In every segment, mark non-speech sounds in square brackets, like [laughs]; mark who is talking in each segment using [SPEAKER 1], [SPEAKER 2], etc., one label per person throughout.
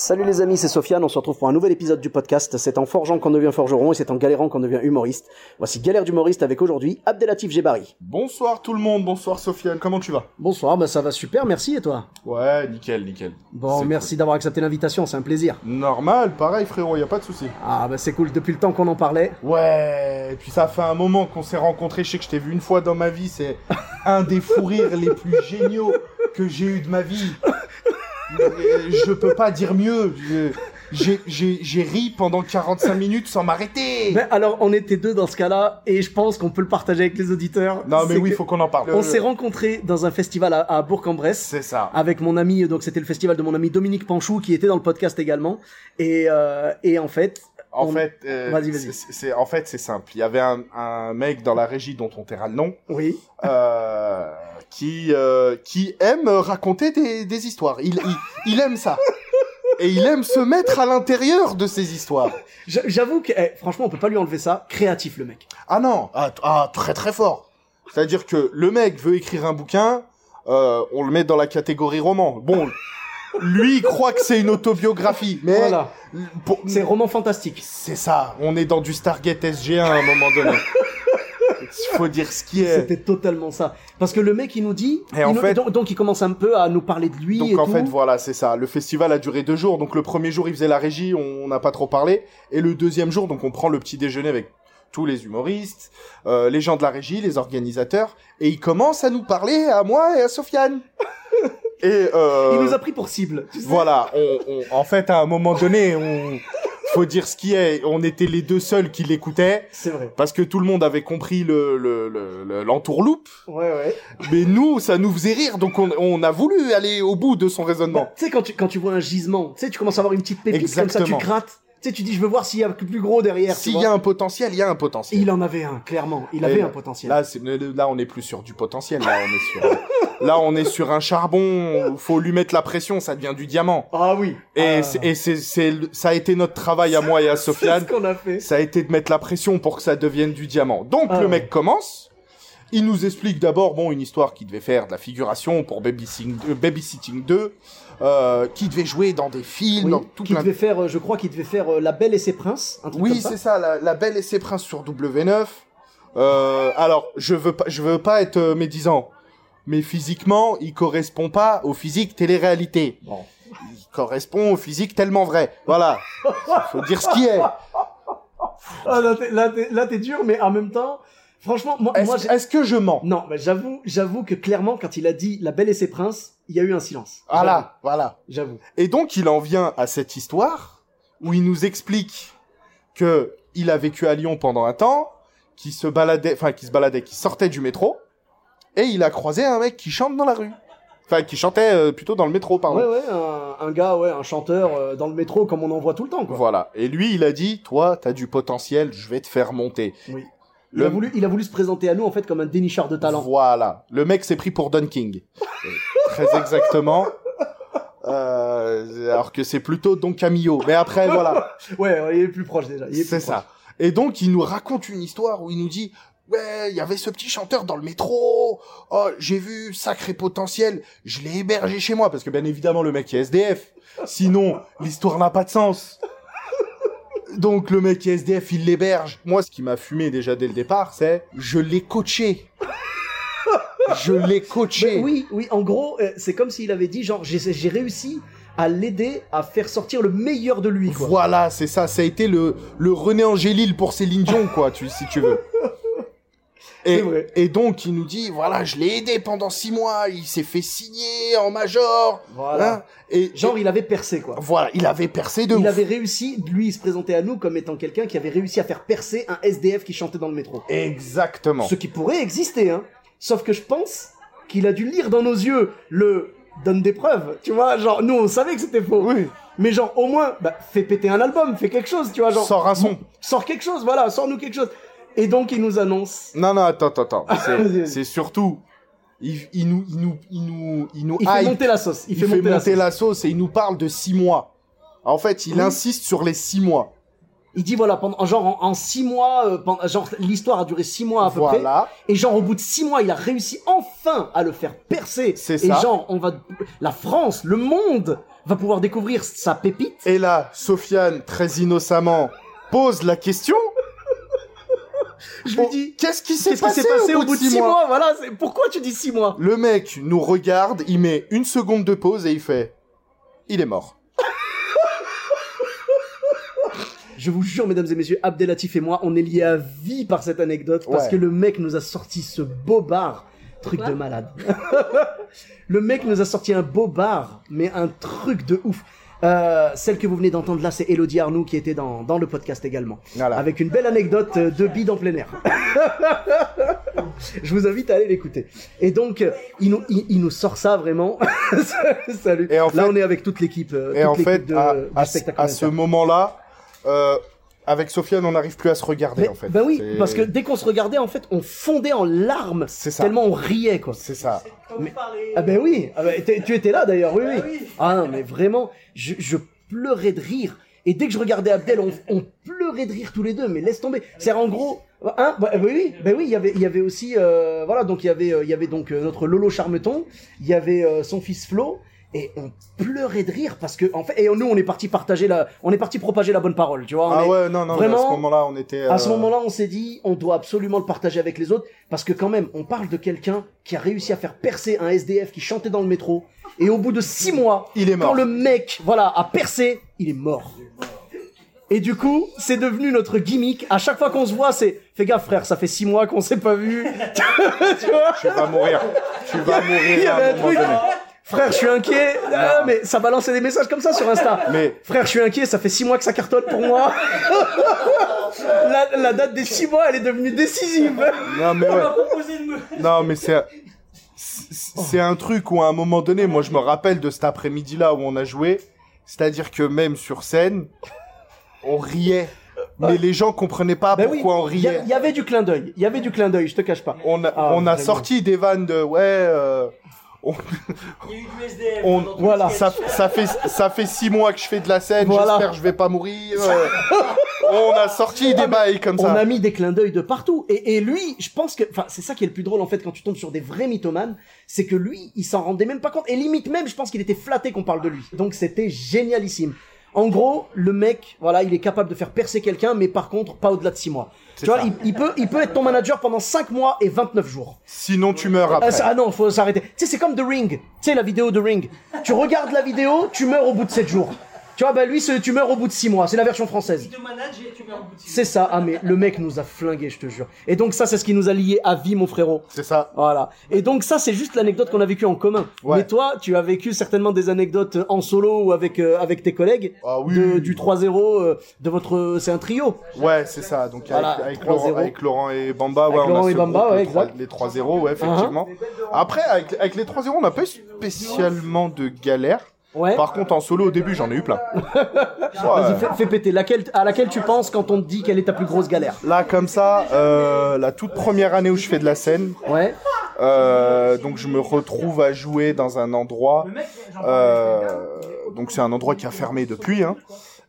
[SPEAKER 1] Salut les amis, c'est Sofiane, on se retrouve pour un nouvel épisode du podcast. C'est en forgeant qu'on devient forgeron et c'est en galérant qu'on devient humoriste. Voici Galère d'humoriste avec aujourd'hui Abdelatif Jebari.
[SPEAKER 2] Bonsoir tout le monde, bonsoir Sofiane, comment tu vas
[SPEAKER 1] Bonsoir, bah ça va super, merci et toi
[SPEAKER 2] Ouais, nickel, nickel.
[SPEAKER 1] Bon,
[SPEAKER 2] C'est
[SPEAKER 1] merci d'avoir accepté l'invitation, c'est un plaisir.
[SPEAKER 2] cool. Normal, pareil frérot, y a pas de souci.
[SPEAKER 1] Ah bah c'est cool, depuis le temps qu'on en parlait.
[SPEAKER 2] Ouais, et puis ça fait un moment qu'on s'est rencontrés, je sais que je t'ai vu une fois dans ma vie, [laughs] c'est un des fous rires les plus géniaux que j'ai eu de ma vie. Euh, Je peux pas dire mieux, Je- j'ai- j'ai j'ai ri pendant 45 minutes sans m'arrêter.
[SPEAKER 1] Ben alors on était deux dans ce cas-là et je pense qu'on peut le partager avec les auditeurs.
[SPEAKER 2] Non mais
[SPEAKER 1] C'est
[SPEAKER 2] oui,
[SPEAKER 1] que
[SPEAKER 2] faut qu'on en parle.
[SPEAKER 1] On s'est rencontrés dans un festival à, à Bourg-en-Bresse.
[SPEAKER 2] C'est ça.
[SPEAKER 1] Avec mon ami, donc c'était le festival de mon ami Dominique Panchou qui était dans le podcast également. Et, euh, et en fait,
[SPEAKER 2] En
[SPEAKER 1] on-
[SPEAKER 2] fait, euh,
[SPEAKER 1] Vas-y, vas-y.
[SPEAKER 2] c'est- c'est en fait, c'est simple. Il y avait un, un mec dans la régie dont on taira le nom.
[SPEAKER 1] oui,
[SPEAKER 2] euh, qui euh, qui aime raconter des, des histoires. Il, il il aime ça. Et il aime se mettre à l'intérieur de ces histoires.
[SPEAKER 1] J'a- j'avoue que eh, franchement on peut pas lui enlever ça. Créatif le mec.
[SPEAKER 2] Ah non, ah, t- ah, très très fort. C'est-à-dire que le mec veut écrire un bouquin, euh, on le met dans la catégorie roman. Bon, lui il croit que c'est une autobiographie, mais
[SPEAKER 1] Voilà,
[SPEAKER 2] pour-
[SPEAKER 1] c'est roman fantastique.
[SPEAKER 2] c'est ça. On est dans du Stargate SG1 à un moment donné. Il faut dire ce qui est.
[SPEAKER 1] C'était totalement ça. Parce que le mec il nous dit,
[SPEAKER 2] Et Eh. en
[SPEAKER 1] il nous-
[SPEAKER 2] fait-
[SPEAKER 1] donc, donc il commence un peu à nous parler de lui et
[SPEAKER 2] Donc en
[SPEAKER 1] tout.
[SPEAKER 2] fait voilà c'est ça. Le festival a duré deux jours. Donc le premier jour ils faisaient la régie, on n'a pas trop parlé. Et le deuxième jour donc on prend le petit déjeuner avec tous les humoristes, euh, les gens de la régie, les organisateurs. Et ils commencent à nous parler à moi et
[SPEAKER 1] [laughs]
[SPEAKER 2] à Sofiane. et euh,
[SPEAKER 1] Il nous a pris pour cible. tu sais.
[SPEAKER 2] voilà. On, on- en fait à un moment donné on faut dire ce qui est. On était les deux seuls qui l'écoutaient
[SPEAKER 1] C'est vrai.
[SPEAKER 2] parce que tout le monde avait compris le le- le- le- l'entourloupe.
[SPEAKER 1] Ouais ouais.
[SPEAKER 2] Mais nous ça nous faisait rire donc on, on a voulu aller au bout de son raisonnement.
[SPEAKER 1] Tu sais, quand tu, quand tu vois un gisement, tu sais, tu commences à avoir une petite pépite comme ça,
[SPEAKER 2] Exactement.
[SPEAKER 1] tu grattes. Tu sais, tu dis, je veux voir s'il y a un plus gros derrière. tu
[SPEAKER 2] S'il
[SPEAKER 1] vois.
[SPEAKER 2] y a un potentiel, il y a un
[SPEAKER 1] Et
[SPEAKER 2] potentiel.
[SPEAKER 1] il en avait un, clairement. Il
[SPEAKER 2] Et
[SPEAKER 1] avait
[SPEAKER 2] là-
[SPEAKER 1] un potentiel.
[SPEAKER 2] Là, c'est- là, on n'est plus sur du potentiel. Là, on est
[SPEAKER 1] [laughs]
[SPEAKER 2] sur, là, on est sur un charbon. Faut lui mettre la pression, ça devient du diamant.
[SPEAKER 1] ah oui.
[SPEAKER 2] Et,
[SPEAKER 1] [laughs] Ah.
[SPEAKER 2] c'est- et c'est- c'est le- ça a été notre travail à moi et à
[SPEAKER 1] C'est ce
[SPEAKER 2] Sofiane.
[SPEAKER 1] qu'on a fait.
[SPEAKER 2] Ça a été de mettre la pression pour que ça devienne du diamant. Donc,
[SPEAKER 1] Ah
[SPEAKER 2] le
[SPEAKER 1] ouais.
[SPEAKER 2] mec commence. Il nous explique d'abord, bon, une histoire qui devait faire de la figuration pour Babysitting, euh, Babysitting 2, euh, qui devait jouer dans des films, dans
[SPEAKER 1] Oui,
[SPEAKER 2] tout
[SPEAKER 1] qui
[SPEAKER 2] plein de
[SPEAKER 1] devait faire, euh, je crois qu'il devait faire euh, La Belle et ses Princes. Un truc
[SPEAKER 2] Oui,
[SPEAKER 1] comme ça.
[SPEAKER 2] c'est ça, la, la Belle et ses Princes sur W9. Euh, alors, je veux pas, je veux pas être euh, médisant, mais physiquement, il correspond pas au physique télé-réalité.
[SPEAKER 1] Bon.
[SPEAKER 2] Il correspond au physique tellement vrai. Voilà. Faut dire ce qui est.
[SPEAKER 1] Ah, là, t'es- là, t'es- là, t'es dur, mais en même temps, franchement, moi, moi,
[SPEAKER 2] Est-ce
[SPEAKER 1] j'ai-
[SPEAKER 2] est-ce que je mens
[SPEAKER 1] non, mais j'avoue, j'avoue que clairement, quand il a dit La Belle et ses Princes, il y a eu un silence.
[SPEAKER 2] Voilà, voilà.
[SPEAKER 1] J'avoue.
[SPEAKER 2] Et donc, il en vient à cette histoire où il nous explique que il a vécu à Lyon pendant un temps, qu'il se baladait, enfin, qu'il se baladait, qu'il sortait du métro, et il a croisé un mec qui chante dans la rue. Enfin, qui chantait euh, plutôt dans le métro, pardon.
[SPEAKER 1] Ouais, ouais, un, un gars, ouais, un chanteur euh, dans le métro, comme on en voit tout le temps, quoi.
[SPEAKER 2] Voilà. Et lui, il a dit, toi, t'as du potentiel, je vais te faire monter.
[SPEAKER 1] Oui. Il,
[SPEAKER 2] Le-
[SPEAKER 1] a voulu, il a voulu se présenter à nous, en fait, comme un dénicheur de talent.
[SPEAKER 2] Voilà. Le mec s'est pris pour Don King.
[SPEAKER 1] [laughs]
[SPEAKER 2] Euh, Très exactement. Euh, alors que c'est plutôt Don Camillo. Mais après, voilà.
[SPEAKER 1] Ouais, ouais, il est plus proche déjà. il est plus
[SPEAKER 2] C'est ça. Et donc, il nous raconte une histoire où il nous dit, ouais, il y avait ce petit chanteur dans le métro. Oh, j'ai vu, sacré potentiel. Je l'ai hébergé chez moi. Parce que, bien évidemment, le mec est SDF. Sinon, l'histoire n'a pas de sens. Donc, le mec est SDF, il l'héberge. Moi, ce qui m'a fumé déjà dès le départ, c'est, je l'ai coaché. Je l'ai coaché.
[SPEAKER 1] Mais oui, oui, en gros, euh, c'est comme s'il avait dit genre, j'ai j'ai réussi à l'aider à faire sortir le meilleur de lui, quoi.
[SPEAKER 2] Voilà, c'est ça. Ça a été le, le René Angélil pour Céline Dion, quoi, tu, si tu veux.
[SPEAKER 1] C'est
[SPEAKER 2] Et,
[SPEAKER 1] vrai.
[SPEAKER 2] et donc, il nous dit, voilà, je l'ai aidé pendant six mois, il s'est fait signer en major. hein,
[SPEAKER 1] Voilà.
[SPEAKER 2] et,
[SPEAKER 1] Genre,
[SPEAKER 2] et-
[SPEAKER 1] il avait percé, quoi.
[SPEAKER 2] voilà, il avait percé de
[SPEAKER 1] Il
[SPEAKER 2] ouf.
[SPEAKER 1] avait réussi, lui, il se présentait à nous comme étant quelqu'un qui avait réussi à faire percer un SDF qui chantait dans le métro.
[SPEAKER 2] Exactement.
[SPEAKER 1] Ce qui pourrait exister, hein. Sauf que je pense qu'il a dû lire dans nos yeux le donne des preuves, tu vois, genre nous on savait que c'était faux.
[SPEAKER 2] Oui.
[SPEAKER 1] Mais genre au moins, bah, fais péter un album, fais quelque chose, tu vois, genre
[SPEAKER 2] Sors un son.
[SPEAKER 1] sors quelque chose, voilà, sors-nous quelque chose. Et donc il nous annonce,
[SPEAKER 2] Non, non, attends, attends,
[SPEAKER 1] [laughs]
[SPEAKER 2] attends.
[SPEAKER 1] Vas-y,
[SPEAKER 2] C'est,
[SPEAKER 1] vas-y.
[SPEAKER 2] c'est surtout. Il, il nous, il nous, il nous, il nous
[SPEAKER 1] il fait
[SPEAKER 2] hype,
[SPEAKER 1] monter la sauce, il,
[SPEAKER 2] il fait monter,
[SPEAKER 1] la sauce.
[SPEAKER 2] la, sauce. et il nous parle de six mois. En fait, il
[SPEAKER 1] Oui.
[SPEAKER 2] insiste sur les six mois.
[SPEAKER 1] Il dit voilà, pendant genre en, en six mois, euh, pendant- genre l'histoire a duré six mois Ah, à peu près.
[SPEAKER 2] voilà.
[SPEAKER 1] Et genre au bout de six mois, il a réussi enfin à le faire percer.
[SPEAKER 2] C'est
[SPEAKER 1] Et
[SPEAKER 2] ça.
[SPEAKER 1] genre on va, la France, le monde va pouvoir découvrir sa pépite.
[SPEAKER 2] Et là, Sofiane, très innocemment, pose la question.
[SPEAKER 1] Je
[SPEAKER 2] Oh,
[SPEAKER 1] lui dis.
[SPEAKER 2] Qu'est-ce qui s'est
[SPEAKER 1] Qu'est-ce qui
[SPEAKER 2] passé,
[SPEAKER 1] s'est passé
[SPEAKER 2] au bout de
[SPEAKER 1] six
[SPEAKER 2] six mois,
[SPEAKER 1] Voilà, c'est- pourquoi tu dis six mois
[SPEAKER 2] Le mec nous regarde, il met une seconde de pause et il fait Il est mort.
[SPEAKER 1] Je vous jure, mesdames et messieurs, Abdelatif et moi, on est liés à vie par cette anecdote parce
[SPEAKER 2] Ouais.
[SPEAKER 1] que le mec nous a sorti ce bobard. Truc
[SPEAKER 3] Quoi
[SPEAKER 1] de malade. [laughs] le mec nous a sorti un bobard, mais un truc de ouf. Euh, celle que vous venez d'entendre là, c'est Elodie Arnoux qui était dans, dans le podcast également.
[SPEAKER 2] Voilà.
[SPEAKER 1] Avec une belle anecdote euh, de bide en plein air. [laughs] Je vous invite à aller l'écouter. Et donc, euh, il nous, il, il nous sort ça vraiment. [laughs] Salut.
[SPEAKER 2] Et en
[SPEAKER 1] là,
[SPEAKER 2] fait-
[SPEAKER 1] on est avec toute l'équipe. euh,
[SPEAKER 2] Et
[SPEAKER 1] toute
[SPEAKER 2] en fait,
[SPEAKER 1] l'équipe de-
[SPEAKER 2] à,
[SPEAKER 1] du
[SPEAKER 2] à ce-
[SPEAKER 1] spectacle
[SPEAKER 2] à
[SPEAKER 1] en
[SPEAKER 2] ce
[SPEAKER 1] interne.
[SPEAKER 2] moment-là, euh, avec Sofiane, on n'arrive plus à se regarder,
[SPEAKER 1] Mais-
[SPEAKER 2] en fait.
[SPEAKER 1] Ben oui,
[SPEAKER 2] C'est-
[SPEAKER 1] parce que dès qu'on se regardait, en fait, on fondait en larmes.
[SPEAKER 2] C'est ça.
[SPEAKER 1] Tellement on riait, quoi.
[SPEAKER 2] C'est ça.
[SPEAKER 3] Comme parler.
[SPEAKER 1] Ah ben oui, ah ben, t'es- tu étais là d'ailleurs, oui,
[SPEAKER 3] Ben
[SPEAKER 1] oui.
[SPEAKER 3] oui.
[SPEAKER 1] Ah non, mais vraiment, je, je pleurais de rire. Et dès que je regardais Abdel, on, on pleurait de rire tous les deux, mais laisse tomber. C'est en gros, hein, bah, oui, oui, ben oui, il y avait, il y avait aussi, euh, voilà, donc il y avait, euh, il y avait donc euh, notre Lolo Charmeton, il y avait euh, son fils Flo, et on pleurait de rire parce que, en fait, et nous, on est parti partager la, on est parti propager la bonne parole, tu vois. on
[SPEAKER 2] Ah
[SPEAKER 1] est-
[SPEAKER 2] ouais, non, non, mais à
[SPEAKER 1] vraiment,
[SPEAKER 2] ce moment-là, on était.
[SPEAKER 1] à ce
[SPEAKER 2] euh,
[SPEAKER 1] moment-là, on s'est dit, on doit absolument le partager avec les autres, parce que quand même, on parle de quelqu'un qui a réussi à faire percer un SDF qui chantait dans le métro, et au bout de six mois,
[SPEAKER 2] Il est
[SPEAKER 1] quand
[SPEAKER 2] mort.
[SPEAKER 1] le mec, voilà, a percé, il est mort. Et du coup, c'est devenu notre gimmick. À chaque fois qu'on se voit, c'est, fais gaffe frère, ça fait six mois qu'on s'est pas vu. [laughs] tu vois
[SPEAKER 2] Tu vas mourir. tu vas mourir.
[SPEAKER 1] [laughs] Il y
[SPEAKER 2] à un
[SPEAKER 1] avait un
[SPEAKER 2] moment
[SPEAKER 1] truc.
[SPEAKER 2] donné.
[SPEAKER 1] Frère, je suis inquiet. Ah, mais ça balançait des messages comme ça sur Insta.
[SPEAKER 2] Mais-
[SPEAKER 1] Frère, je suis inquiet. Ça fait six mois que ça cartonne pour [laughs] moi. la, la date des six mois, elle est devenue décisive.
[SPEAKER 2] Non, mais
[SPEAKER 3] On m'a
[SPEAKER 2] ouais.
[SPEAKER 3] proposé de me.
[SPEAKER 2] Non, mais c'est. c'est- C'est un truc où à un moment donné, moi je me rappelle de cet après-midi-là où on a joué, c'est-à-dire que même sur scène, on riait, mais les gens comprenaient pas
[SPEAKER 1] Ben oui,
[SPEAKER 2] pourquoi on
[SPEAKER 1] il y, a-
[SPEAKER 2] riait.
[SPEAKER 1] il y avait du clin d'œil. Il y avait du clin d'œil. Je te cache pas.
[SPEAKER 2] On a,
[SPEAKER 1] Ah,
[SPEAKER 2] on a
[SPEAKER 1] vraiment.
[SPEAKER 2] sorti des vannes de ouais, euh, on-
[SPEAKER 3] Il y a eu du SDF.
[SPEAKER 2] On-
[SPEAKER 3] dans ton
[SPEAKER 1] voilà,
[SPEAKER 3] sketch.
[SPEAKER 2] ça, ça fait ça fait six mois que je fais de la scène,
[SPEAKER 1] Voilà.
[SPEAKER 2] j'espère que je vais pas
[SPEAKER 1] [laughs]
[SPEAKER 2] mourir. euh. on a sorti des bails comme
[SPEAKER 1] Ah, On
[SPEAKER 2] ça.
[SPEAKER 1] a mis des clins d'œil de partout. Et, et lui, je pense que, enfin, c'est ça qui est le plus drôle en fait quand tu tombes sur des vrais mythomanes, c'est que lui, il s'en rendait même pas compte. Et limite même, je pense qu'il était flatté qu'on parle de lui. Donc c'était génialissime. En gros, le mec, voilà, il est capable de faire percer quelqu'un, mais par contre, pas au-delà de 6 mois. Tu
[SPEAKER 2] C'est
[SPEAKER 1] vois,
[SPEAKER 2] ça.
[SPEAKER 1] il, il peut, il peut être ton manager pendant 5 mois et 29 jours.
[SPEAKER 2] Sinon tu meurs
[SPEAKER 1] Ah,
[SPEAKER 2] après.
[SPEAKER 1] ça- ah non, faut s'arrêter. Tu sais, c'est comme The Ring. Tu sais, la vidéo The Ring. Tu regardes la vidéo, tu meurs au bout de 7 jours. Tu vois, bah lui, c'est- tu meurs au bout de 6 mois. C'est la version française.
[SPEAKER 3] Si tu manages et tu mets en boutique.
[SPEAKER 1] C'est ça, ah mais le mec nous a flingué, je te jure. Et donc ça, c'est ce qui nous a liés à vie, mon frérot.
[SPEAKER 2] C'est ça.
[SPEAKER 1] Voilà. Et donc ça, c'est juste l'anecdote qu'on a vécue en commun.
[SPEAKER 2] Ouais.
[SPEAKER 1] Mais toi, tu as vécu certainement des anecdotes en solo ou avec euh, avec tes collègues
[SPEAKER 2] Ah oui.
[SPEAKER 1] de- du 3-0 euh, de votre, euh, c'est un trio.
[SPEAKER 2] Ouais, c'est ça. Donc
[SPEAKER 1] Voilà,
[SPEAKER 2] avec, avec
[SPEAKER 1] 3-0.
[SPEAKER 2] Laurent, avec Laurent et Bamba, ouais,
[SPEAKER 1] Avec
[SPEAKER 2] on
[SPEAKER 1] Laurent
[SPEAKER 2] a
[SPEAKER 1] et
[SPEAKER 2] ce
[SPEAKER 1] Bamba,
[SPEAKER 2] groupe,
[SPEAKER 1] ouais,
[SPEAKER 2] les trois-
[SPEAKER 1] exact. Uh-huh.
[SPEAKER 2] les 3-0, ouais, effectivement. Après, avec, avec les 3-0, on n'a pas eu spécialement de galère.
[SPEAKER 1] Ouais.
[SPEAKER 2] Par contre, en solo, au début, j'en
[SPEAKER 1] [laughs]
[SPEAKER 2] ai eu plein. Ouais.
[SPEAKER 1] Vas-y, fais, fais péter. Laquelle, à laquelle tu penses quand on te dit quelle est ta plus grosse galère
[SPEAKER 2] Là, comme ça, euh, la toute première année où je fais de la scène,
[SPEAKER 1] Ouais.
[SPEAKER 2] euh, donc je me retrouve à jouer dans un endroit.
[SPEAKER 3] Le mec, j'en parlais avec
[SPEAKER 2] euh, donc c'est un endroit qui a fermé depuis. Hein.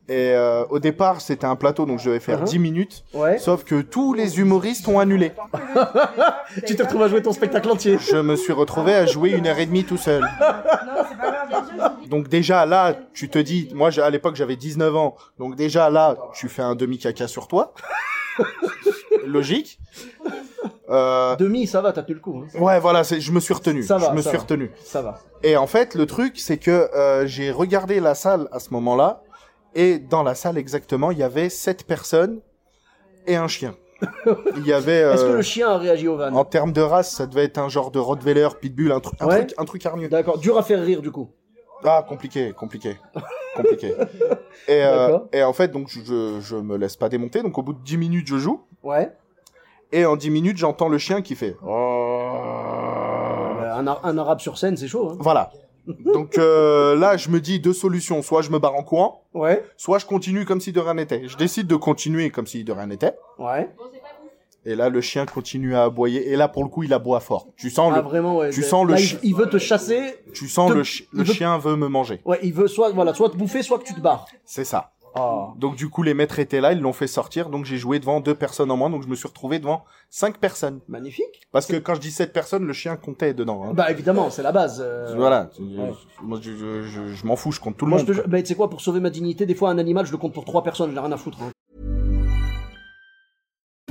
[SPEAKER 2] Et euh, au départ, c'était un plateau, donc je devais faire
[SPEAKER 1] Mhm.
[SPEAKER 2] 10 minutes.
[SPEAKER 1] Ouais.
[SPEAKER 2] Sauf que tous les humoristes ont annulé.
[SPEAKER 1] Tu te retrouves à jouer ton spectacle entier.
[SPEAKER 2] Je me suis retrouvé à jouer une heure et demie tout seul.
[SPEAKER 3] un gars, c'est pas grave.
[SPEAKER 2] Donc déjà là, tu te dis, moi j'ai- à l'époque j'avais 19 ans, donc déjà là, tu fais un demi-caca
[SPEAKER 1] [laughs]
[SPEAKER 2] sur toi. Logique. Euh,
[SPEAKER 1] Demi, ça va, t'as tenu le coup. hein.
[SPEAKER 2] ouais, voilà, c'est- je me suis retenu.
[SPEAKER 1] Ça va,
[SPEAKER 2] je me
[SPEAKER 1] ça
[SPEAKER 2] suis
[SPEAKER 1] va.
[SPEAKER 2] retenu.
[SPEAKER 1] Ça va.
[SPEAKER 2] Et en fait, le truc, c'est que euh, j'ai regardé la salle à ce moment-là, et dans la salle exactement, il y avait sept personnes et
[SPEAKER 1] [laughs]
[SPEAKER 2] un chien. Il y avait...
[SPEAKER 1] Est-ce que
[SPEAKER 2] euh,
[SPEAKER 1] le chien a réagi au van
[SPEAKER 2] en termes de race, ça devait être un genre de Rottweiler, Pitbull, un, truc, un
[SPEAKER 1] Ouais.
[SPEAKER 2] truc, un truc hargneux.
[SPEAKER 1] D'accord. Dur à faire rire du coup.
[SPEAKER 2] Ah, compliqué, compliqué,
[SPEAKER 1] [laughs]
[SPEAKER 2] compliqué. et, euh,
[SPEAKER 1] D'accord.
[SPEAKER 2] et en fait, donc, je- je, je me laisse pas démonter. Donc, au bout de 10 minutes, je joue.
[SPEAKER 1] Ouais.
[SPEAKER 2] Et en 10 minutes, j'entends le chien qui fait. oh.
[SPEAKER 1] Euh, un, Ar- un arabe sur scène, c'est chaud. Hein.
[SPEAKER 2] Voilà. Donc euh, là, je me dis deux solutions. Soit je me barre en courant,
[SPEAKER 1] Ouais,
[SPEAKER 2] soit je continue comme si de rien n'était. Je décide de continuer comme si de rien n'était.
[SPEAKER 1] ouais.
[SPEAKER 2] Et là, le chien continue à aboyer. Et là, pour le coup, il aboie fort. Tu sens
[SPEAKER 1] Ah,
[SPEAKER 2] le,
[SPEAKER 1] vraiment, ouais.
[SPEAKER 2] tu
[SPEAKER 1] c'est-
[SPEAKER 2] sens le
[SPEAKER 1] là,
[SPEAKER 2] chi-
[SPEAKER 1] il, il veut te chasser.
[SPEAKER 2] tu sens
[SPEAKER 1] te-
[SPEAKER 2] le, chi-
[SPEAKER 1] il
[SPEAKER 2] le
[SPEAKER 1] veut-
[SPEAKER 2] chien veut me manger.
[SPEAKER 1] Ouais, il veut soit, voilà, soit te bouffer, soit que tu te barres.
[SPEAKER 2] C'est ça.
[SPEAKER 1] Ah.
[SPEAKER 2] Donc du coup, les maîtres étaient là, ils l'ont fait sortir. Donc j'ai joué devant deux personnes en moins. Donc je me suis retrouvé devant cinq personnes.
[SPEAKER 1] Magnifique.
[SPEAKER 2] Parce que quand je dis sept personnes, le chien comptait dedans. hein.
[SPEAKER 1] Bah, évidemment, c'est la base. euh.
[SPEAKER 2] Voilà.
[SPEAKER 1] ouais.
[SPEAKER 2] Moi, je, je- je- je m'en fous, je compte tout le
[SPEAKER 1] Moi, je
[SPEAKER 2] monde.
[SPEAKER 1] te jure, bah, tu sais quoi, pour sauver ma dignité, des fois, un animal, je le compte pour trois personnes, j'ai rien à foutre. hein.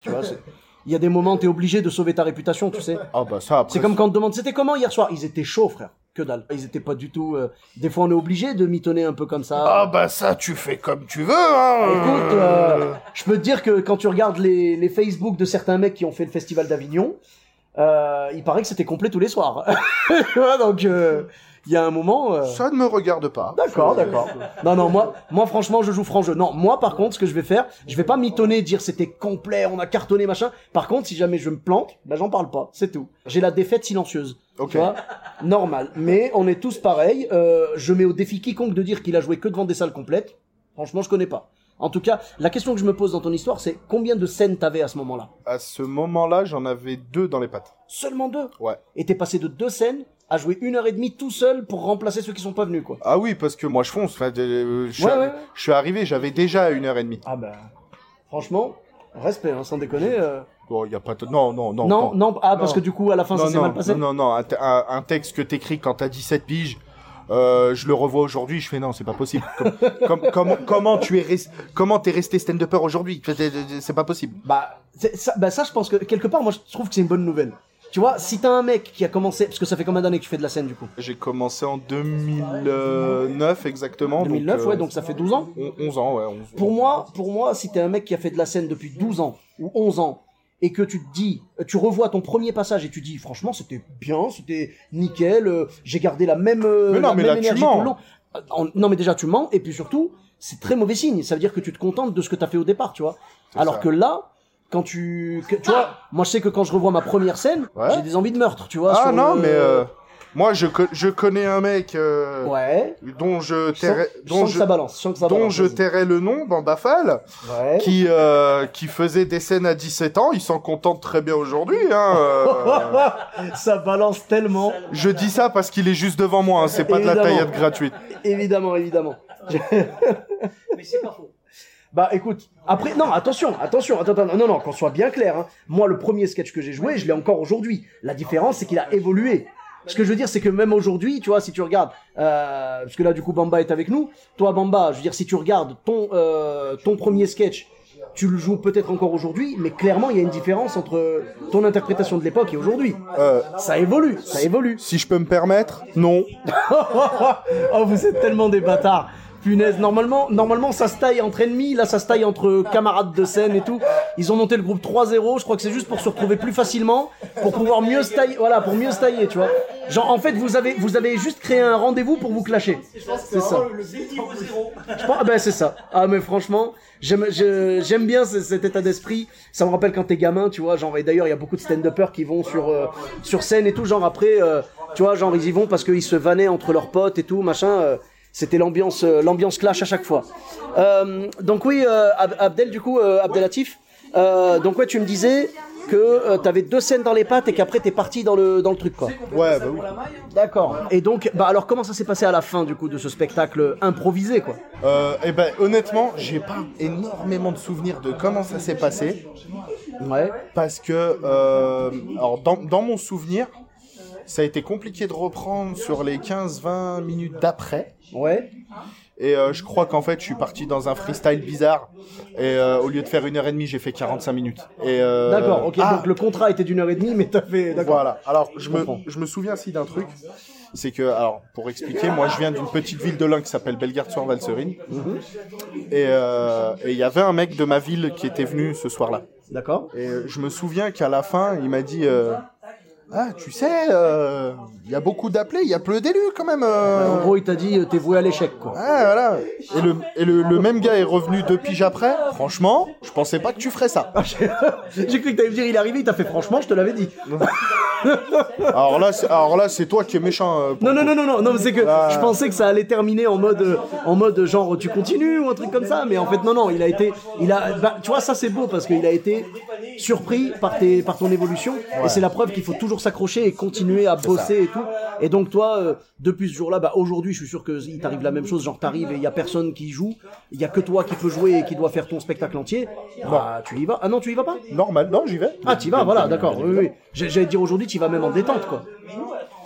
[SPEAKER 1] Tu vois, c'est- il y a des moments, t'es obligé de sauver ta réputation, tu sais.
[SPEAKER 2] Ah bah ça. Après,
[SPEAKER 1] C'est comme quand on te demande, c'était comment hier soir Ils étaient chauds, frère. Que dalle. Ils étaient pas du tout. euh, Des fois, on est obligé de mitonner un peu comme ça.
[SPEAKER 2] Ah bah ça, tu fais comme tu veux. Hein.
[SPEAKER 1] Écoute, euh, je peux te dire que quand tu regardes les, les Facebook de certains mecs qui ont fait le festival d'Avignon, euh, il paraît que c'était complet tous les soirs. [laughs] Tu vois, Donc, euh, il y a un moment. euh,
[SPEAKER 2] Ça ne me regarde pas.
[SPEAKER 1] D'accord,
[SPEAKER 2] Je-
[SPEAKER 1] d'accord. Non, non, moi, moi, franchement, je joue franc jeu. Non, moi, par contre, ce que je vais faire, je vais pas mitonner, dire c'était complet, on a cartonné, machin. Par contre, si jamais je me plante, bah, j'en parle pas, c'est tout. J'ai la défaite silencieuse.
[SPEAKER 2] Ok.
[SPEAKER 1] Tu vois Normal. Mais on est tous pareils. Euh, je mets au défi quiconque de dire qu'il a joué que devant des salles complètes. Franchement, je connais pas. En tout cas, la question que je me pose dans ton histoire, c'est combien de scènes t'avais à ce moment-là
[SPEAKER 2] À ce moment-là, j'en avais deux dans les pattes.
[SPEAKER 1] Seulement deux.
[SPEAKER 2] Ouais.
[SPEAKER 1] Et t'es passé de deux scènes à jouer une heure et demie tout seul pour remplacer ceux qui sont pas venus, quoi.
[SPEAKER 2] Ah oui, parce que moi je fonce. Enfin, euh, je, suis
[SPEAKER 1] Ouais,
[SPEAKER 2] arri-
[SPEAKER 1] ouais, ouais.
[SPEAKER 2] je suis arrivé, j'avais déjà une heure et demie.
[SPEAKER 1] Ah bah, franchement, respect, hein, sans déconner. euh.
[SPEAKER 2] Bon, y a pas de... Non, non, non.
[SPEAKER 1] Non, non, ah, parce
[SPEAKER 2] Non.
[SPEAKER 1] que du coup, à la fin,
[SPEAKER 2] non,
[SPEAKER 1] ça s'est
[SPEAKER 2] non,
[SPEAKER 1] mal passé.
[SPEAKER 2] Non, non, non, un, te- un- un texte que t'écris quand t'as 17 piges, euh, je le revois aujourd'hui, je fais non, c'est pas possible. Comme- comme- [laughs] comment- comment tu es res- comment t'es resté stand-upper aujourd'hui C'est- c'est- C'est pas possible.
[SPEAKER 1] Bah, c'est- ça, bah, ça, je pense que quelque part, moi, je trouve que c'est une bonne nouvelle. Tu vois, si t'as un mec qui a commencé, parce que ça fait combien d'années que tu fais de la scène du coup
[SPEAKER 2] J'ai commencé en 2009 exactement.
[SPEAKER 1] 2009,
[SPEAKER 2] donc, euh,
[SPEAKER 1] ouais, donc ça fait 12 ans.
[SPEAKER 2] on- 11 ans, ouais. 11
[SPEAKER 1] Pour moi, pour moi, si t'es un mec qui a fait de la scène depuis 12 ans ou 11 ans et que tu te dis, tu revois ton premier passage et tu dis, franchement, c'était bien, c'était nickel, euh, j'ai gardé la même, euh,
[SPEAKER 2] Mais non,
[SPEAKER 1] la
[SPEAKER 2] mais
[SPEAKER 1] même
[SPEAKER 2] là, tu
[SPEAKER 1] énergie
[SPEAKER 2] mens.
[SPEAKER 1] tout le long. Euh, en- non, mais déjà, tu mens et puis surtout, c'est très mauvais signe. Ça veut dire que tu te contentes de ce que t'as fait au départ, tu vois. Alors
[SPEAKER 2] ça.
[SPEAKER 1] que là. Quand tu, que- tu vois, moi je sais que quand je revois ma première scène,
[SPEAKER 2] Ouais.
[SPEAKER 1] j'ai des envies de meurtre, tu vois.
[SPEAKER 2] Ah
[SPEAKER 1] sur
[SPEAKER 2] non,
[SPEAKER 1] le-
[SPEAKER 2] mais euh, moi je, co- je connais un mec euh,
[SPEAKER 1] ouais.
[SPEAKER 2] dont je
[SPEAKER 1] Je sens,
[SPEAKER 2] tairais,
[SPEAKER 1] je
[SPEAKER 2] dont
[SPEAKER 1] sens que
[SPEAKER 2] je,
[SPEAKER 1] ça balance, je sens que ça
[SPEAKER 2] dont
[SPEAKER 1] balance,
[SPEAKER 2] je
[SPEAKER 1] vas-y.
[SPEAKER 2] tairais le nom dans Bafal.
[SPEAKER 1] Ouais.
[SPEAKER 2] qui, euh, qui faisait des scènes à 17 ans, il s'en contente très bien aujourd'hui. Hein, euh.
[SPEAKER 1] ça balance tellement.
[SPEAKER 2] Je dis ça parce qu'il est juste devant moi, hein, c'est pas de la
[SPEAKER 1] Évidemment.
[SPEAKER 2] taillade gratuite.
[SPEAKER 1] Évidemment, évidemment.
[SPEAKER 3] [laughs] Mais c'est pas faux.
[SPEAKER 1] Bah écoute, après, non, attention, attention, attends, attends, non, non, non, qu'on soit bien clair. hein. Moi, le premier sketch que j'ai joué, je l'ai encore aujourd'hui. La différence, c'est qu'il a évolué. Ce que je veux dire, c'est que même aujourd'hui, tu vois, si tu regardes, euh, parce que là, du coup, Bamba est avec nous. Toi, Bamba, je veux dire, si tu regardes ton, euh, ton premier sketch, tu le joues peut-être encore aujourd'hui, mais clairement, il y a une différence entre ton interprétation de l'époque et aujourd'hui.
[SPEAKER 2] Euh,
[SPEAKER 1] Ça évolue, ça évolue.
[SPEAKER 2] si je peux me permettre, non.
[SPEAKER 1] oh, vous êtes tellement des bâtards. Punaise, normalement, normalement, ça se taille entre ennemis, là, ça se taille entre camarades de scène et tout. Ils ont monté le groupe 3-0, je crois que c'est juste pour se retrouver plus facilement, pour pouvoir mieux se tailler, voilà, pour mieux se tailler, tu vois. Genre, en fait, vous avez, vous avez juste créé un rendez-vous pour vous clasher.
[SPEAKER 3] Je pense que
[SPEAKER 1] C'est
[SPEAKER 3] c'est
[SPEAKER 1] ça.
[SPEAKER 3] vraiment le zéro zéro.
[SPEAKER 1] Je pense- ah ben, c'est ça. Ah, mais franchement, j'aime, je- j'aime bien ce- cet état d'esprit. Ça me rappelle quand t'es gamin, tu vois, genre, et d'ailleurs, il y a beaucoup de stand-uppers qui vont sur, euh, sur scène et tout, genre, après, euh, tu vois, genre, ils y vont parce qu'ils se vannaient entre leurs potes et tout, machin. euh, c'était l'ambiance, euh, l'ambiance clash à chaque fois. Euh, donc oui, euh, Ab- Abdel, du coup, euh, Abdelatif, euh, donc ouais, tu me disais que euh, t'avais deux scènes dans les pattes et qu'après t'es parti dans le, dans le truc, quoi.
[SPEAKER 2] Ouais, bah oui.
[SPEAKER 1] D'accord. Et donc, bah alors, comment ça s'est passé à la fin, du coup, de ce spectacle improvisé, quoi
[SPEAKER 2] Euh, eh ben, honnêtement, j'ai pas énormément de souvenirs de comment ça s'est passé.
[SPEAKER 1] Ouais.
[SPEAKER 2] Parce que, euh, alors, dans, dans mon souvenir, Ça a été compliqué de reprendre sur les 15-20 minutes d'après.
[SPEAKER 1] Ouais.
[SPEAKER 2] Et euh, je crois qu'en fait, je suis parti dans un freestyle bizarre. Et euh, au lieu de faire une heure et demie, j'ai fait 45 minutes. Et, euh,
[SPEAKER 1] D'accord, ok.
[SPEAKER 2] ah,
[SPEAKER 1] Donc le contrat était d'une heure et demie, mais t'as fait. D'accord.
[SPEAKER 2] Voilà. Alors, je me,
[SPEAKER 1] comprends.
[SPEAKER 2] je me souviens aussi d'un truc. C'est que, alors, pour expliquer, moi, je viens d'une petite ville de l'Ain qui s'appelle Bellegarde-sur-Valserine.
[SPEAKER 1] Mhm.
[SPEAKER 2] Et euh, et il y avait un mec de ma ville qui était venu ce soir-là.
[SPEAKER 1] D'accord.
[SPEAKER 2] Et euh, je me souviens qu'à la fin, il m'a dit euh, Ah, tu sais, euh, il y a beaucoup d'appelés, il y a peu d'élus quand même. euh.
[SPEAKER 1] En gros, il t'a dit, euh, t'es voué à l'échec, quoi.
[SPEAKER 2] Ah, voilà. Et, le, et le, le même gars est revenu deux piges après. Franchement, je pensais pas que tu ferais ça.
[SPEAKER 1] [laughs] J'ai cru que t'allais me dire, il est arrivé, il t'a fait franchement, je te l'avais dit.
[SPEAKER 2] Alors là, c'est- alors là, c'est toi qui es méchant. euh, pour-
[SPEAKER 1] Non, non, non, non, non, non, mais c'est que
[SPEAKER 2] Ah.
[SPEAKER 1] je pensais que ça allait terminer en mode, euh, en mode genre tu continues ou un truc comme ça, mais en fait non, non, il a été, il a, bah, tu vois, ça c'est beau parce qu'il a été surpris par tes, par ton évolution, et c'est la preuve qu'il faut toujours s'accrocher et continuer à bosser et tout. Et donc toi, euh, depuis ce jour-là, bah aujourd'hui, je suis sûr que il t'arrive la même chose, genre t'arrives et il y a personne qui joue, il y a que toi qui peux jouer et qui doit faire ton spectacle entier. Bah tu y vas Ah non, tu y vas pas
[SPEAKER 2] Normal, non, j'y vais.
[SPEAKER 1] ah, t'y vas, voilà, d'accord. Oui, oui. J'ai- J'allais te dire aujourd'hui, t'y vas même en détente, quoi.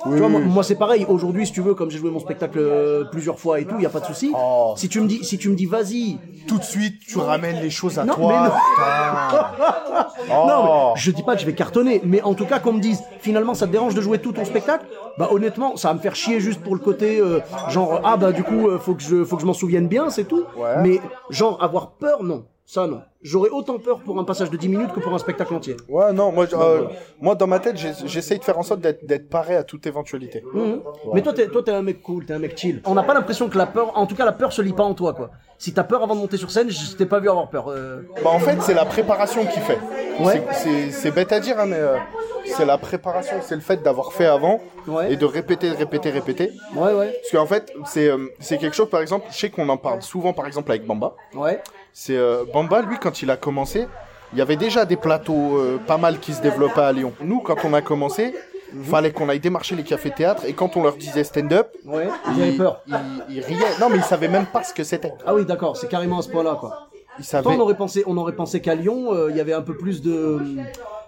[SPEAKER 1] tu vois, moi, moi, c'est pareil. Aujourd'hui, si tu veux, comme j'ai joué mon spectacle euh, plusieurs fois et tout, y a pas de souci.
[SPEAKER 2] Oh.
[SPEAKER 1] Si tu me dis, si tu me dis, vas-y.
[SPEAKER 2] Tout de suite, tu ramènes les choses à
[SPEAKER 1] Non,
[SPEAKER 2] toi.
[SPEAKER 1] mais non.
[SPEAKER 2] putain. Oh.
[SPEAKER 1] [laughs] Non, mais je dis pas que je vais cartonner, mais en tout cas, qu'on me dise, finalement, ça te dérange de jouer tout ton spectacle Bah, honnêtement, ça va me faire chier juste pour le côté, euh, genre, ah bah du coup, euh, faut que je, faut que je m'en souvienne bien, c'est tout.
[SPEAKER 2] Ouais.
[SPEAKER 1] Mais genre, avoir peur, non. Ça, non. J'aurais autant peur pour un passage de 10 minutes que pour un spectacle entier.
[SPEAKER 2] Ouais, non, moi, je- euh, moi dans ma tête, j'ess- j'essaye de faire en sorte d'être d'être paré à toute éventualité.
[SPEAKER 1] Mhm. Mais toi, t'es, toi, t'es un mec cool, t'es un mec chill. On n'a pas l'impression que la peur, en tout cas, la peur se lit pas en toi, quoi. Si t'as peur avant de monter sur scène, je t'ai pas vu avoir peur. euh.
[SPEAKER 2] Bah, en fait, c'est la préparation qui fait.
[SPEAKER 1] Ouais.
[SPEAKER 2] C'est- C'est c'est bête à dire, hein, mais euh, c'est la préparation, c'est le fait d'avoir fait avant
[SPEAKER 1] Ouais.
[SPEAKER 2] et de répéter, répéter, répéter.
[SPEAKER 1] Ouais, ouais,
[SPEAKER 2] Parce qu'en fait, c'est euh, c'est quelque chose, par exemple, je sais qu'on en parle souvent, par exemple, avec Bamba.
[SPEAKER 1] ouais.
[SPEAKER 2] C'est euh, Bamba, lui, quand il a commencé, il y avait déjà des plateaux euh, pas mal qui se développaient à Lyon. Nous, quand on a commencé,
[SPEAKER 1] Mhm.
[SPEAKER 2] fallait qu'on aille démarcher les cafés-théâtres et quand on leur disait stand-up,
[SPEAKER 1] Ouais,
[SPEAKER 2] ils,
[SPEAKER 1] j'avais peur.
[SPEAKER 2] ils- ils riaient. Non, mais ils savaient même pas ce que c'était.
[SPEAKER 1] Ah oui, d'accord, c'est carrément à ce point-là, quoi.
[SPEAKER 2] Ils
[SPEAKER 1] Toi,
[SPEAKER 2] savaient.
[SPEAKER 1] on aurait pensé, on aurait pensé qu'à Lyon, euh, il y avait un peu plus de,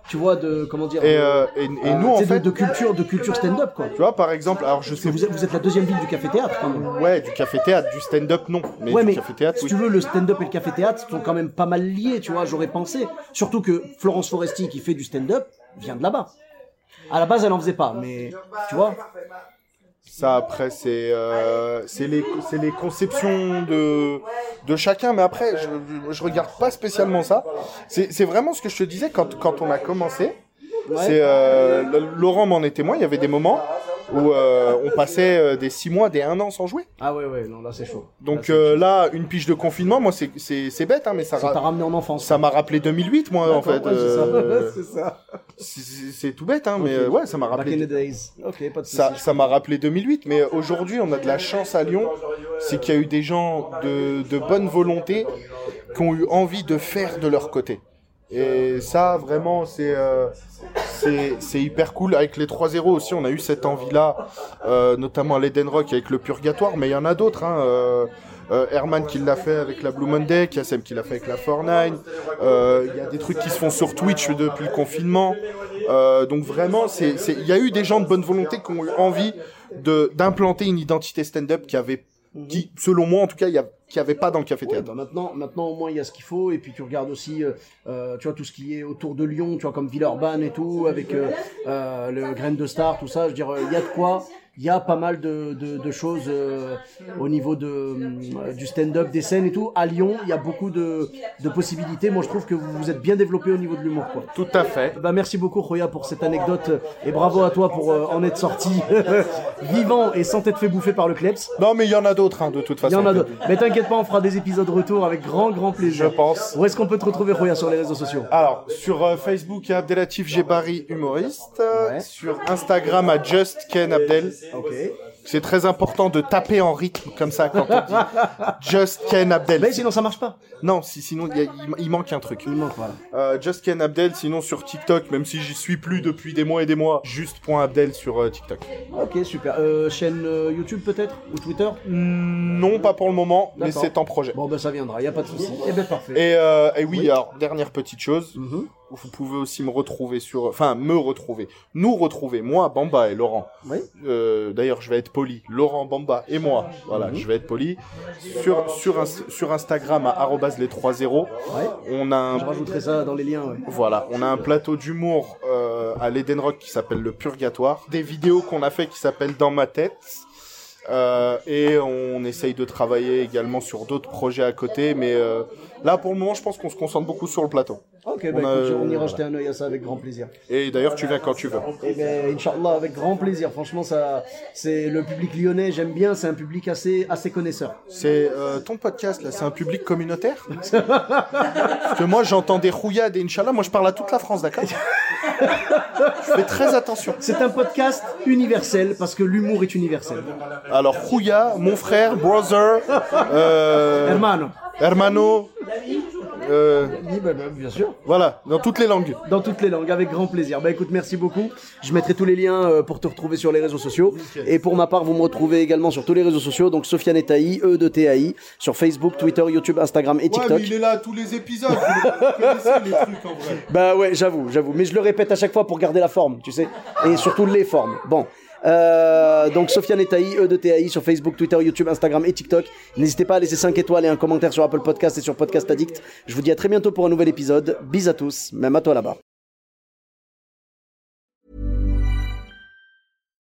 [SPEAKER 1] tu vois, de, comment dire,
[SPEAKER 2] Et,
[SPEAKER 1] de-
[SPEAKER 2] euh, et- et
[SPEAKER 1] euh,
[SPEAKER 2] nous, en
[SPEAKER 1] tu sais, de-
[SPEAKER 2] fait,
[SPEAKER 1] de, culture, de culture stand-up, quoi.
[SPEAKER 2] tu vois, par exemple, alors je
[SPEAKER 1] Parce que
[SPEAKER 2] sais
[SPEAKER 1] vous êtes, vous êtes la deuxième ville du café-théâtre, quand même.
[SPEAKER 2] Ouais, du café-théâtre, du stand-up, non. Mais
[SPEAKER 1] ouais,
[SPEAKER 2] du
[SPEAKER 1] mais
[SPEAKER 2] café-théâtre,
[SPEAKER 1] si
[SPEAKER 2] oui.
[SPEAKER 1] tu veux, le stand-up et le café-théâtre sont quand même pas mal liés, tu vois, j'aurais pensé. Surtout que Florence Foresti, qui fait du stand-up, vient de là-bas. À la base, elle en faisait pas, mais tu vois.
[SPEAKER 2] Ça, après, c'est euh, c'est les, c'est les conceptions de, de chacun. Mais après, je, je- je regarde pas spécialement ça. C'est c'est vraiment ce que je te disais quand, quand on a commencé. C'est euh, le- Laurent m'en est témoin. Il y avait des moments où euh, on passait euh, des 6 mois, des 1 an sans jouer.
[SPEAKER 1] Ah ouais, ouais, non, là Ah, c'est chaud.
[SPEAKER 2] Donc euh, là, une pige de confinement, moi, c'est- c'est c'est bête, hein, mais ça
[SPEAKER 1] Ça t'a
[SPEAKER 2] ra-
[SPEAKER 1] ramené en enfance.
[SPEAKER 2] ça m'a rappelé 2008, moi, en
[SPEAKER 1] D'accord,
[SPEAKER 2] fait.
[SPEAKER 1] ouais, c'est ça. [laughs]
[SPEAKER 2] Euh,
[SPEAKER 1] C'est ça.
[SPEAKER 2] c'est- c'est c'est tout bête, hein, mais euh, ouais, ça m'a
[SPEAKER 1] Back
[SPEAKER 2] rappelé.
[SPEAKER 1] in the days. Ok, pas de
[SPEAKER 2] Ça,
[SPEAKER 1] soucis.
[SPEAKER 2] ça m'a rappelé 2008, mais aujourd'hui, on a de la chance à Lyon, c'est qu'il y a eu des gens de, de bonne volonté qui ont eu envie de faire de leur côté. Et ça, vraiment, c'est euh, c'est c'est hyper cool. Avec les 3-0 aussi, on a eu cette envie-là, euh, notamment à l'Eden Rock avec le Purgatoire, mais il y en a d'autres. Hein, euh, euh, Herman qui l'a fait avec la Blue Monday, Kassem qui l'a fait avec la 49. euh, Il y a des trucs qui se font sur Twitch depuis le confinement. Euh, donc vraiment, c'est- c'est- il y a eu des gens de bonne volonté qui ont eu envie de- d'implanter une identité stand-up qui avait, qui, selon moi en tout cas, il y a- qui avait pas dans le café
[SPEAKER 1] Ouais,
[SPEAKER 2] théâtre.
[SPEAKER 1] bah maintenant, maintenant au moins il y a ce qu'il faut et puis tu regardes aussi, euh, euh, tu vois tout ce qui est autour de Lyon, tu vois comme Villeurbanne et tout, avec euh, euh, le Grain de Star, tout ça. Je veux dire, euh, il y a de quoi. Il y a pas mal de, de- de choses euh, au niveau de, euh, du stand-up, des scènes et tout. À Lyon, il y a beaucoup de, de possibilités. Moi, je trouve que vous vous êtes bien développé au niveau de l'humour, quoi.
[SPEAKER 2] Tout à fait.
[SPEAKER 1] Bah, merci beaucoup Roya pour cette anecdote et bravo à toi pour euh, en être sorti [laughs] vivant et sans t'être fait bouffer par le kleps.
[SPEAKER 2] Non, mais il y en a d'autres, hein, de toute
[SPEAKER 1] Il y
[SPEAKER 2] façon.
[SPEAKER 1] en a d'autres. Mais t'inquiète pas, on fera des épisodes retour avec grand grand plaisir.
[SPEAKER 2] Je pense.
[SPEAKER 1] Où est-ce qu'on peut te retrouver Roya sur les réseaux sociaux
[SPEAKER 2] Alors, sur euh, Facebook, il y a Abdelatif Gebari, humoriste.
[SPEAKER 1] Ouais.
[SPEAKER 2] Sur Instagram, à Just Ken Abdel.
[SPEAKER 1] Ok.
[SPEAKER 2] C'est très important de taper en rythme comme ça quand on dit
[SPEAKER 1] [laughs]
[SPEAKER 2] Just Ken Abdel.
[SPEAKER 1] Mais Ben, sinon ça marche pas.
[SPEAKER 2] Non, si, sinon, il y a- il- il manque un truc.
[SPEAKER 1] Il manque voilà.
[SPEAKER 2] Euh, Just Ken Abdel, sinon sur TikTok, même si j'y suis plus depuis des mois et des mois, juste point Abdel sur euh, TikTok.
[SPEAKER 1] Ok super. Euh, chaîne euh, YouTube peut-être ou Twitter
[SPEAKER 2] Non, pas pour le moment, mais
[SPEAKER 1] Hmm. D'accord.
[SPEAKER 2] c'est en projet. Eh
[SPEAKER 1] Bon ben ça viendra, y a pas de souci. Et ben parfait. Mhm.
[SPEAKER 2] Et, euh, et oui, alors, dernière petite chose, Vous pouvez aussi me retrouver sur, enfin me retrouver, nous retrouver, moi Bamba et Laurent.
[SPEAKER 1] Oui.
[SPEAKER 2] Euh, D'ailleurs, je vais être poli. Laurent Bamba et moi, voilà, je vais être poli. Sur sur Ins- sur Instagram à arrobase les 30 On a un
[SPEAKER 1] Je rajouterai ça dans les liens, ouais.
[SPEAKER 2] voilà, on a un plateau d'humour euh, à l'Eden Rock qui s'appelle Le Purgatoire, des vidéos qu'on a fait qui s'appellent Dans ma tête, Euh, et on essaye de travailler également sur d'autres projets à côté, mais euh, là pour le moment je pense qu'on se concentre beaucoup sur le plateau.
[SPEAKER 1] Ok, bah
[SPEAKER 2] On a- euh,
[SPEAKER 1] écoute, on ira
[SPEAKER 2] voilà.
[SPEAKER 1] jeter un œil à ça avec grand plaisir.
[SPEAKER 2] Et d'ailleurs tu viens quand tu veux.
[SPEAKER 1] Eh ben, Inch'Allah, avec grand plaisir. Franchement, ça, c'est le public lyonnais, j'aime bien, c'est un public assez, assez connaisseur.
[SPEAKER 2] C'est euh, ton podcast là, c'est un public communautaire Parce que moi j'entends des rouillades et Inch'Allah, moi je parle à toute la France, d'accord Je fais très attention.
[SPEAKER 1] C'est un podcast universel parce que l'humour est universel.
[SPEAKER 2] Alors rouilla, mon frère, brother, euh,
[SPEAKER 1] Hermano.
[SPEAKER 2] Hermano. Euh,
[SPEAKER 1] bien sûr.
[SPEAKER 2] voilà, dans toutes les langues.
[SPEAKER 1] Dans toutes les langues, avec grand plaisir. Bah écoute, merci beaucoup. Je mettrai tous les liens euh, pour te retrouver sur les réseaux sociaux. Et pour ma part, vous me retrouvez également sur tous les réseaux sociaux. Donc Sofiane et Taï, E de TAI, sur Facebook, Twitter, YouTube, Instagram et TikTok.
[SPEAKER 2] est là à tous les épisodes. Vous connaissez les trucs en vrai.
[SPEAKER 1] Bah ouais, j'avoue, j'avoue. Mais je le répète à chaque fois pour garder la forme, tu sais. Et surtout les formes. Bon. Euh, donc Sofiane et Taï, E de TAI, sur Facebook, Twitter, YouTube, Instagram et TikTok. N'hésitez pas à laisser 5 étoiles et un commentaire sur Apple Podcast et sur Podcast Addict. Je vous dis à très bientôt pour un nouvel épisode. Bis à tous, même à toi là-bas.